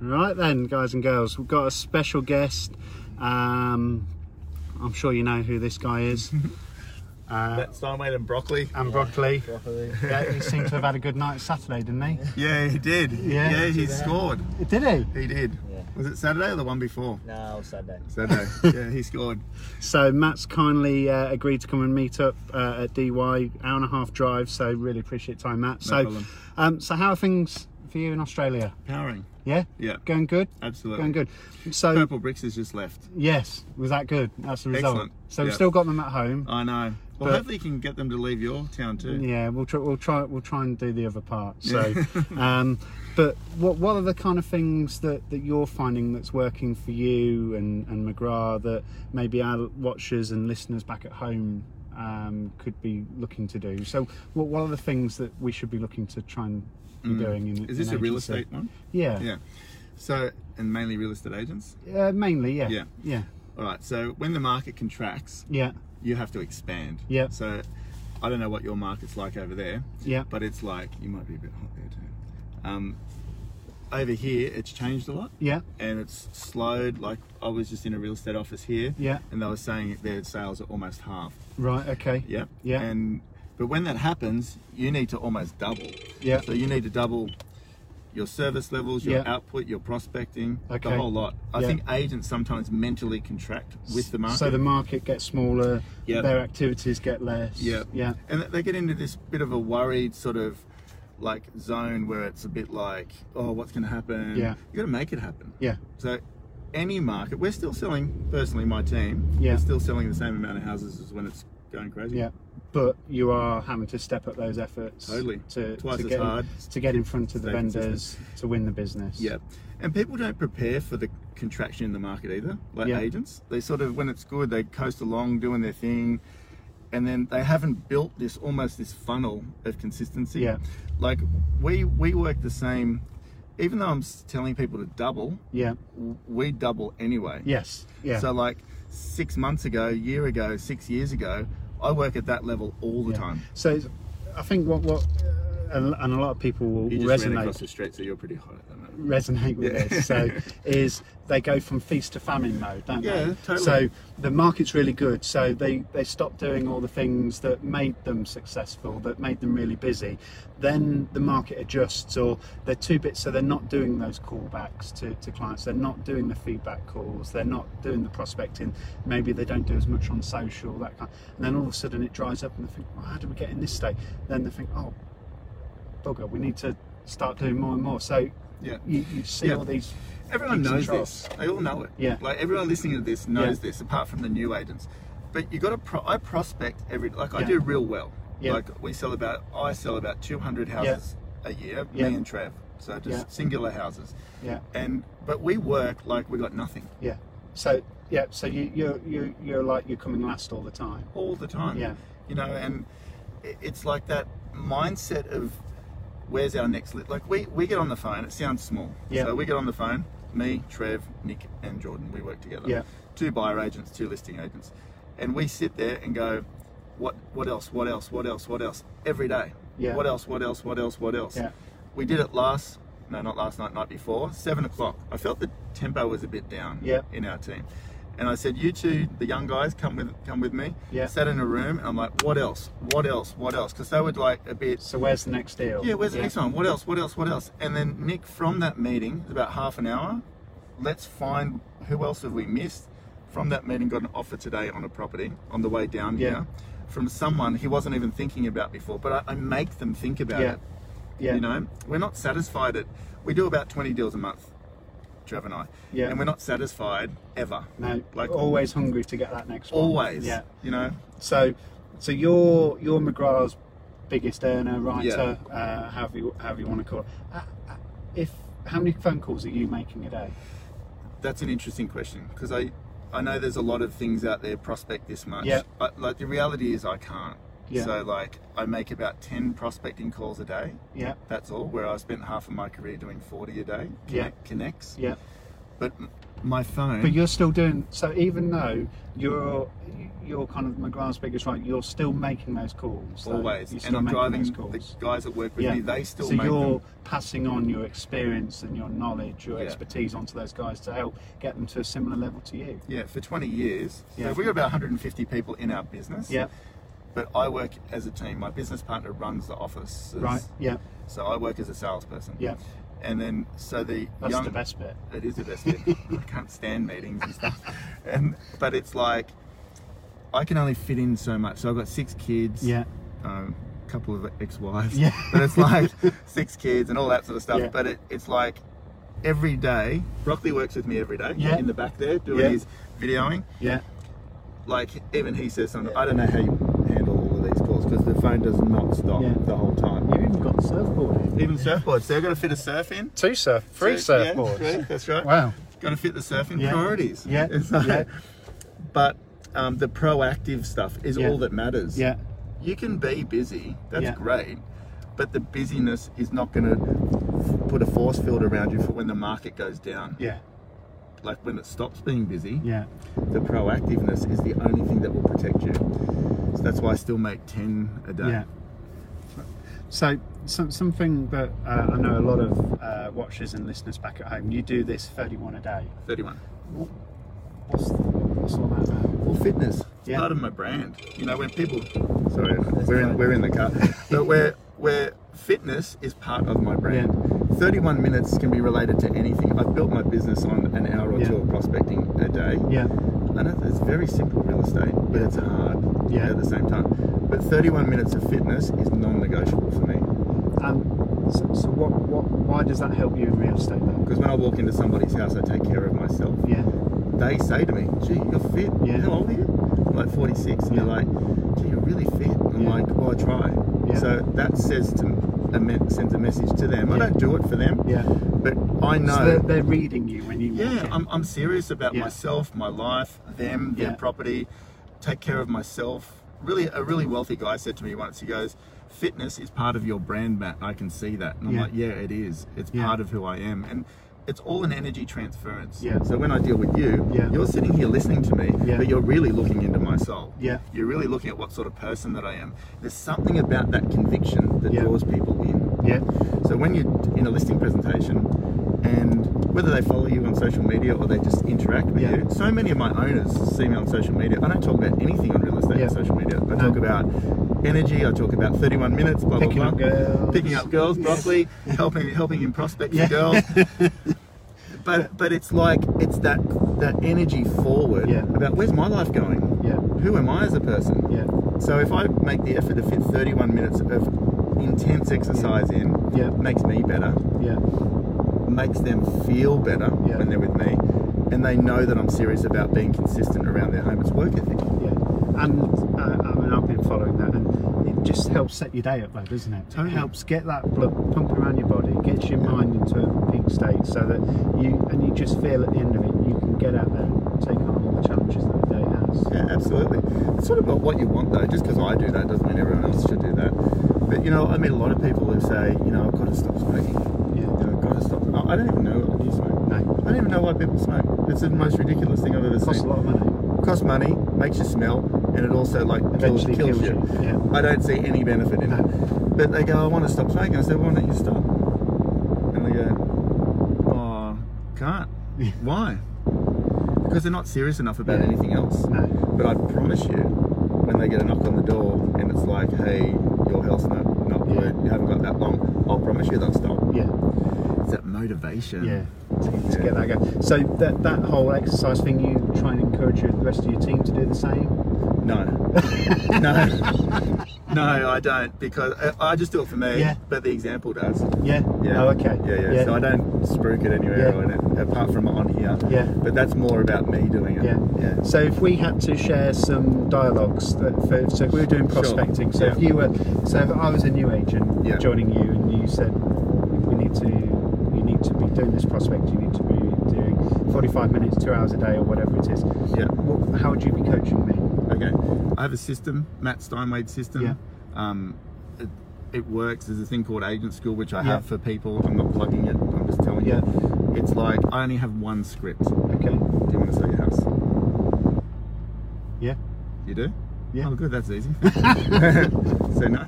Right then, guys and girls, we've got a special guest. Um, I'm sure you know who this guy is. Uh, That's Starmade and broccoli. and Broccoli. Yeah, he seemed to have had a good night Saturday, didn't he? Yeah, he did. Yeah. yeah he scored. Did he? He did. Yeah. Was it Saturday or the one before? No, Sunday. Saturday. yeah, he scored. So Matt's kindly uh, agreed to come and meet up uh, at DY, hour and a half drive. So really appreciate your time, Matt. No so, problem. um, so how are things for you in Australia? Powering. Yeah, Yeah, Uh, going good. absolutely. Going good. So Purple Bricks has just left. yes, was that good? That's the result. Excellent. So we've Yeah. still got them at home. I know. Well, But- hopefully you can get them to leave your town too. Yeah, we'll try. We'll try. We'll try and do the other part. So, um, but what what are the kind of things that, that you're finding that's working for you and and McGrath that maybe our watchers and listeners back at home um, could be looking to do? So, what what are the things that we should be looking to try and be doing? In, Mm. Is this in a real agency? estate one? Yeah. Yeah. So, and mainly real estate agents. Uh, mainly, yeah. Yeah. Yeah. All right. So when the market contracts, Yeah. you have to expand. Yeah. So I don't know what your market's like over there. Yeah. But it's like you might be a bit hot there too. Um, over here, it's changed a lot. Yeah. and it's slowed. Like I was just in a real estate office here, Yeah. and they were saying their sales are almost half. Right. Okay. Yeah, Yeah. And but when that happens, you need to almost double. Yeah. So you need to double your service levels, your Yeah. output, your prospecting, Okay. the whole lot. I Yeah. think agents sometimes mentally contract with the market. So the market gets smaller. Yeah. Their activities get less. Yeah. Yeah. and they get into this bit of a worried sort of like zone where it's a bit like, oh, what's going to happen? Yeah. You got to make it happen. Yeah. So any market, we're still selling. Personally, my team, Yeah. we're still selling the same amount of houses as when it's going crazy. Yeah, but you are having to step up those efforts. Totally. To, Twice to as get hard. to get in front of the Stay consistent. vendors to win the business. Yeah. And people don't prepare for the contraction in the market either. Like Yeah. agents, they sort of when it's good, they coast along doing their thing, and then they haven't built this almost this funnel of consistency. Yeah. Like we we work the same. Even though I'm s- telling people to double, Yeah. w- we double anyway. Yes. Yeah. So like six months ago, year ago, six years ago, I work at that level all the Yeah. time. So it's- I think what what uh, and and a lot of people will You just ran resonate across the street, so you're pretty hot at the moment. resonate with Yeah. this. So is they go from feast to famine mode, don't Yeah, they? totally. So the market's really good. So they they stop doing all the things that made them successful, that made them really busy. Then the market adjusts, or they're two bits. So they're not doing those callbacks to, to clients. They're not doing the feedback calls. They're not doing the prospecting. Maybe they don't do as much on social. That kind. And then all of a sudden it dries up, and they think, well, how did we get in this state? Then they think, oh, bugger, we need to start doing more and more. So Yeah. you, you see Yeah. all these. Everyone peaks and knows troughs. this. They all know it. Yeah. Like everyone listening to this knows Yeah. this, apart from the new agents. But you got to. Pro- I prospect every. Like I Yeah. do real well. Yeah. Like we sell about. I sell about 200 houses a year. Yeah. Me and Trav. So just Yeah. singular houses. Yeah, And but we work like we got nothing yeah. So yeah, so you you you you're like you're coming last all the time. all the time. Yeah. You know, and i- it's like that mindset of where's our next lit? Like we, we get on the phone, it sounds small. Yeah. So we get on the phone, me, Trev, Nick, and Jordan, we work together. Yeah. Two buyer agents, two listing agents. And we sit there and go, what, what else, what else, what else, what else, every day. Yeah. What else, what else, what else, what else. Yeah. We did it last, no, not last night, night before, seven o'clock. I felt the tempo was a bit down Yeah. in our team. And I said, "You two, the young guys, come with come with me." Yeah. Sat in a room, and I'm like, "What else? What else? What else?" Because they would like a bit. So where's the next deal? Yeah, where's the next one? What else? What else? What else? And then Nick, from that meeting, it's about half an hour, let's find who else have we missed. From that meeting, got an offer today on a property on the way down Yeah. here from someone he wasn't even thinking about before. But I, I make them think about Yeah. it. Yeah. You know, we're not satisfied at. We do about 20 deals a month, Trev and I. Yeah. And we're not satisfied ever. No, like Like- always hungry to get that next one. Always. Yeah. You know. So, so you're you're McGrath's biggest earner, writer, uh, however you however you want to call it. Uh, uh, if how many phone calls are you making a day? That's an interesting question because I, I know there's a lot of things out there prospect this much. Yeah. But like the reality is I can't. Yeah. So like I make about ten prospecting calls a day. Yeah. That's all. Where I spent half of my career doing forty a day. Yeah. Connect, Connects. Yeah. But m- my phone. But you're still doing so, even though you're you're kind of McGrath's biggest right, you're still making those calls. though. always, You're and still I'm making driving those the calls. guys that work with me. They still so make you're them. passing on your experience and your knowledge, your Yeah. expertise onto those guys to help get them to a similar level to you. Yeah, for 20 years. Yeah. So we've got about 150 people in our business. Yeah, But I work as a team. My business partner runs the office. right. Yeah, So I work as a salesperson. Yeah. And then so the that's young the best bit. It is the best bit. I can't stand meetings and stuff. And but it's like I can only fit in so much. So I've got six kids. Yeah, Um, couple of ex-wives. Yeah. But it's like six kids and all that sort of stuff. Yeah. But it, it's like every day. Broccoli works with me every day. Yeah. In the back there doing Yeah. his videoing. yeah, Like even he says something. I don't know how you handle all of these calls because the phone does not stop Yeah. the whole time. you've even got surfboarding. Even surfboards. So I've got to fit a surf in. Two surf, three So, yeah, surfboards. three, that's right. Wow. Got to fit the surfing Yeah. priorities. Yeah. It's like- Yeah. But um, the proactive stuff is Yeah. all that matters. Yeah. You can be busy. That's Yeah. great. But the busyness is not going to put a force field around you for when the market goes down. Yeah. Like when it stops being busy, Yeah. the proactiveness is the only thing that will protect you. So that's why I still make 10 a day. Yeah. So, some, something that uh, I know a lot of uh, watchers and listeners back at home, you do this 31 a day. 31. What's, what's all that about? Well, fitness. It's Yeah. part of my brand. You know, when people. Sorry, we're in, we're in the car. but where where fitness is part of my brand. 31 minutes can be related to anything. I've built my business on an hour or Yeah. two of prospecting a day. Yeah. I know it's very simple real estate, but it's hard Yeah. at the same time. But 31 minutes of fitness is non negotiable for me. Um, so, so what, what, why does that help you in real estate though? Because when I walk into somebody's house, I take care of myself. Yeah. They say to me, gee, you're fit. Yeah. How old are you? I'm like 46. And they're like, gee, you're really fit. I'm Yeah. like, well, I try. Yeah. So that says to a me- sends a message to them. I Yeah. don't do it for them, Yeah. but I know. So they're, they're reading you when you walk Yeah, in. I'm, I'm serious about Yeah. myself, my life, them, their Yeah. property, take care of myself. Really, a really wealthy guy said to me once, he goes, Fitness is part of your brand, Matt. I can see that. And I'm Yeah. like, Yeah, it is. It's Yeah. part of who I am. And it's all an energy transference. Yeah. So when I deal with you, Yeah. you're sitting here listening to me, Yeah. but you're really looking into my soul. Yeah. You're really looking at what sort of person that I am. There's something about that conviction that Yeah. draws people in. Yeah. So when you're in a listing presentation, and whether they follow you on social media or they just interact with Yeah. you, so many of my owners see me on social media. I don't talk about anything on real estate Yeah. on social media. I talk about energy. I talk about 31 minutes. Blah Picking blah up blah. girls. Picking up girls, broccoli, helping helping him prospect for Yeah. girls. But but it's like it's that that energy forward Yeah. about where's my life going? Yeah. Who am I as a person? Yeah. So if I make the effort to fit 31 minutes of intense exercise in, Yeah. makes me better, Yeah. makes them feel better Yeah. when they're with me, and they know that I'm serious about being consistent around their home. It's work ethic. Yeah, and uh, I mean, I've been following that, and it just helps set your day up, though, doesn't it? Totally. It helps get that blood pumping around your body, gets your mind into a peak state, so that you and you just feel at the end of it, you can get out there, and take on all the challenges that the day has. Yeah, absolutely. It's sort of about what you want though. Just because I do that doesn't mean everyone else should do that. But you know, I meet a lot of people who say, you know, I've got to stop smoking. Yeah, You know, I've got to stop. I I don't even know. Do you smoke? no, I don't even know why people smoke. It's the most ridiculous thing I've ever it costs a seen. lot of money. costs money, makes you smell, and it also like kills, Eventually kills kills you. Yeah, I don't see any benefit in it. But they go, I want to stop smoking. I said, why don't you stop? And they go, oh, can't. Yeah. Why? Because they're not serious enough about Yeah. anything else. no, But I promise you, when they get a knock on the door and it's like, hey, your health's not, not Yeah. good, you haven't got that long, I'll promise you they'll stop. yeah, It's that motivation. yeah. To, to get that going. So that that whole exercise thing, you try and encourage your, the rest of your team to do the same. No. no. No, I don't because I, I just do it for me. Yeah. But the example does. Yeah. Yeah. Oh, okay. Yeah, yeah. So I don't spruik it anywhere Yeah. or anything, apart from on here. Yeah. But that's more about me doing it. Yeah. Yeah. So if we had to share some dialogues, that for, so if we were doing Sure. prospecting, so if Yeah. you were, so if I was a new agent Yeah. joining you, and you said we need to, you need to be doing this prospect, you need to be doing forty-five minutes, two hours a day, or whatever it is. Yeah. What, how would you be coaching me? Okay. I have a system, Matt Steinwade system. Yeah. Um, it, it works. There's a thing called Agent School, which I Yeah. have for people. I'm not plugging it. I'm just telling Yeah. you. It's like I only have one script. Do Okay. you want to sell your house? Yeah. You do? Yeah. Oh, good. That's easy. so no,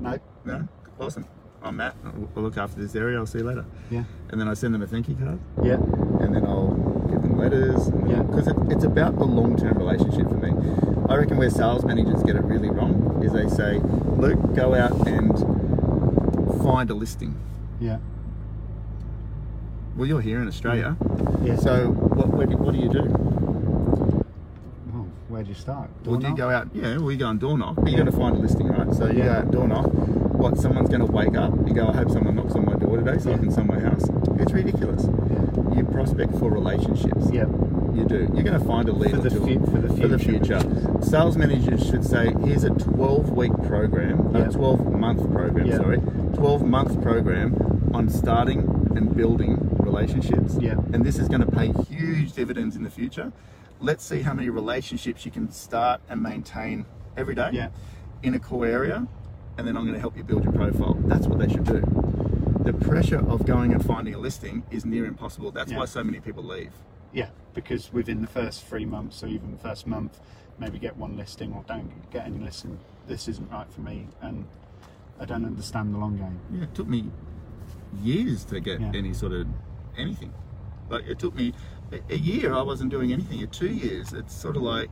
No. no, awesome. I'm Matt. I'll- I'll look after this area. I'll see you later. Yeah. And then I send them a thank you card, Yeah. and then I'll give them letters. Yeah. Because it, it's about the long-term relationship for me. I reckon where sales managers get it really wrong is they say, "Luke, go out and find a listing." Yeah. Well, you're here in Australia, Yeah. so what, what, do, what do you do? Oh, where do you start? Well, do you Doorknob? go out? Yeah, well, you go and door knock. But Yeah. you're going to find a listing, right? So you Yeah. go out door knock. What? Someone's going to wake up. You go. I hope someone knocks on my door today, so Yeah. I can sell my house. It's ridiculous. You prospect for relationships. Yeah. You do. You're going to find a lead For or the two fu- for the For the future. future. Sales managers should say, "Here's a 12-week program, Yeah. a 12-month program. Yeah. Sorry, 12-month program on starting and building relationships. Yeah. And this is going to pay huge dividends in the future. Let's see how many relationships you can start and maintain every day Yeah. in a core area, and then I'm going to help you build your profile. That's what they should do. The pressure of going and finding a listing is near impossible. That's Yeah. why so many people leave. Yeah. Because within the first three months or even the first month, maybe get one listing or don't get any listing. This isn't right for me, and I don't understand the long game. Yeah, it took me years to get Yeah. any sort of anything. Like it took me a, a year. I wasn't doing anything. At two years, it's sort of like,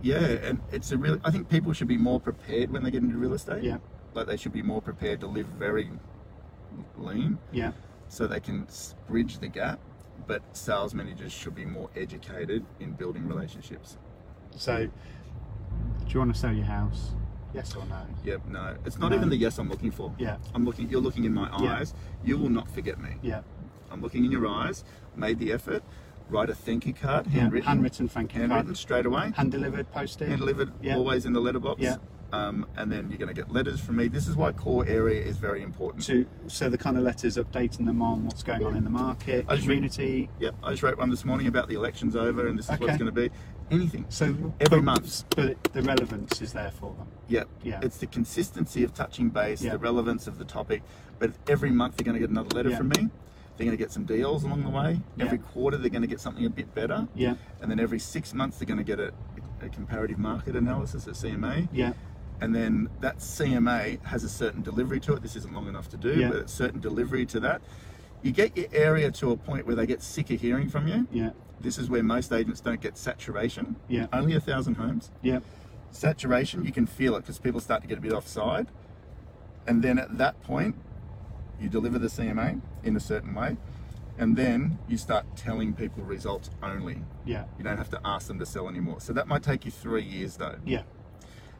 yeah, and it's a real. I think people should be more prepared when they get into real estate. Yeah. like they should be more prepared to live very lean, Yeah. so they can s- bridge the gap. But sales managers should be more educated in building relationships. So, do you want to sell your house? Yes or no? Yep, no, it's not No. even the yes I'm looking for. Yeah. I'm looking. You're looking in my Yeah. eyes. You will not forget me. Yeah. I'm looking in your eyes, made the effort, write a thank you card, Yeah. handwritten, Handwritten thank you handwritten card. straight away, Hand delivered, posted. hand delivered, Yeah. always in the letterbox. Yeah. Um, and then you're going to get letters from me. This is why core area is very important. to so the kind of letters updating them on what's going on in the market, I just read- community. Yep, I just wrote one this morning about the election's over and this is what Okay. it's going to be. Anything. So Every but- month. but the relevance is there for them. Yep. Yeah. It's the consistency of touching base, Yeah. the relevance of the topic. But every month they're going to get another letter Yeah. from me. They're going to get some deals along the way. Yeah. Every quarter they're going to get something a bit better. Yeah, And then every six months they're going to get a, a comparative market analysis at CMA. yeah, and then that CMA has a certain delivery to it. This isn't long enough to do, Yeah. but a certain delivery to that. You get your area to a point where they get sick of hearing from you. yeah, This is where most agents don't get saturation. Yeah. Only a thousand homes. yeah, Saturation, you can feel it because people start to get a bit offside. And then at that point, you deliver the CMA in a certain way. And then you start telling people results only. yeah, You don't have to ask them to sell anymore. So that might take you three years though yeah,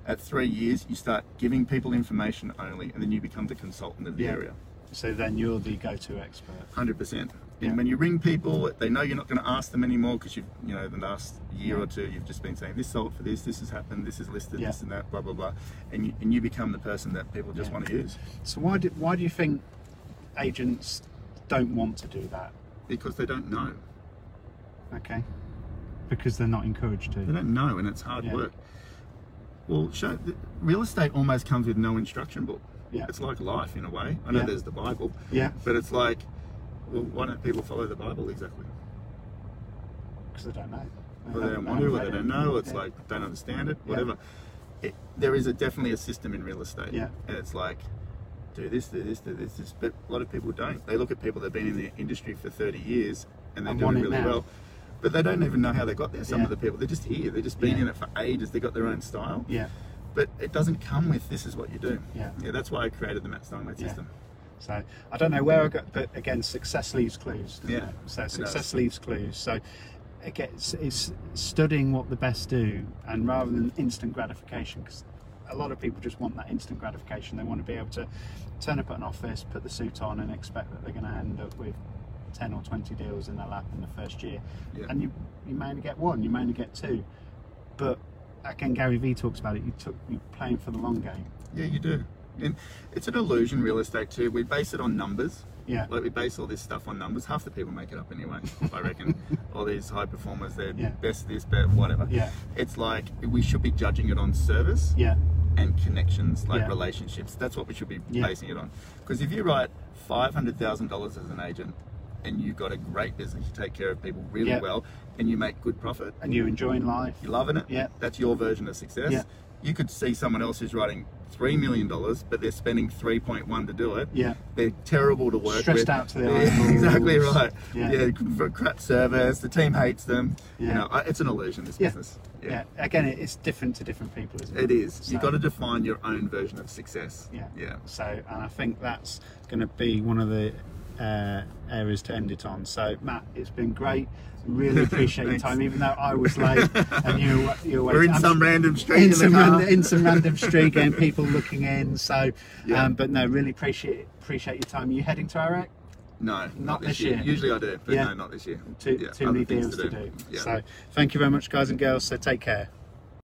at three years, you start giving people information only, and then you become the consultant of the Yeah. area. So then you're the go-to expert. 100%. And Yeah. when you ring people, they know you're not going to ask them anymore because you've, you know, the last year or two, you've just been saying, this sold for this, this has happened, this is listed, Yeah. this and that, blah, blah, blah. And you, and you become the person that people just Yeah. want to use So why do why do you think agents don't want to do that? because they don't know. Okay, because they're not encouraged They to. don't know, and it's hard Yeah. work. Well, show, th- real estate almost comes with no instruction book. Yeah. It's like life in a way. I know Yeah. there's the Bible, Yeah, but it's like, well, why don't people follow the Bible exactly? because they don't know. Um, or they don't want to, or they don't know, it's like don't understand it, Yeah. whatever. It, there is a, definitely a system in real estate, Yeah. and it's like do this, do this, do this, this. But a lot of people don't. They look at people that've been in the industry for thirty years and they're I want doing it really now. well, but they don't even know how they got there. Some Yeah. of the people they're just here, they've just been Yeah. in it for ages. They got their own style, Yeah, but it doesn't come with this is what you do. Yeah. that's why I created the Matt Steinway Yeah. system. so I don't know where I got, but again, success leaves clues. doesn't Yeah, it? So it success does. leaves clues. So again, it's, it's studying what the best do, and rather than instant gratification, because a lot of people just want that instant gratification. They want to be able to turn up at an office, put the suit on, and expect that they're going to end up with ten or twenty deals in their lap in the first year. Yeah. And you you may only get one, you may only get two, but again, Gary Vee talks about it. You took you're playing for the long game. Yeah, you do, and it's an illusion. Real estate too. We base it on numbers. Yeah, Like we base all this stuff on numbers. Half the people make it up anyway. I reckon all these high performers, they're Yeah. best this, best whatever. Yeah. It's like we should be judging it on service yeah, and connections, like Yeah. relationships. That's what we should be Yeah. basing it on. Because if you write five hundred thousand dollars as an agent and you've got a great business. You take care of people really Yeah. well and you make good profit. and you're enjoying life. You're loving it. Yeah. That's your version of success. Yeah. You could see someone else who's writing $3 million, but they're spending 3.1 to do it. Yeah, They're terrible to work Stressed with. out to their Yeah, eyeballs. exactly right. Yeah. Yeah. cr- crap service. The team hates them. You Yeah. know, I- it's an illusion. This Yeah. business. yeah. Again, it- it's different to different people, isn't it? It is. You've So- got to define your own version of success. Yeah. Yeah. So, and I think that's going to be one of the uh, areas to end it on. So, Matt, it's been great. Really appreciate your Thanks. time, even though I was late and you were- you were We're in waiting. some I'm- random street in, in the some, car. ran- in some random street and people looking in. So, Yeah. um, but no, really appreciate appreciate your time. Are you heading to Iraq? No, not, Not this, this year. year. Usually I do, but Yeah. no, not this year. Too, Yeah, too other many things deals to do. Yeah. So, thank you very much, guys and girls. So, take care.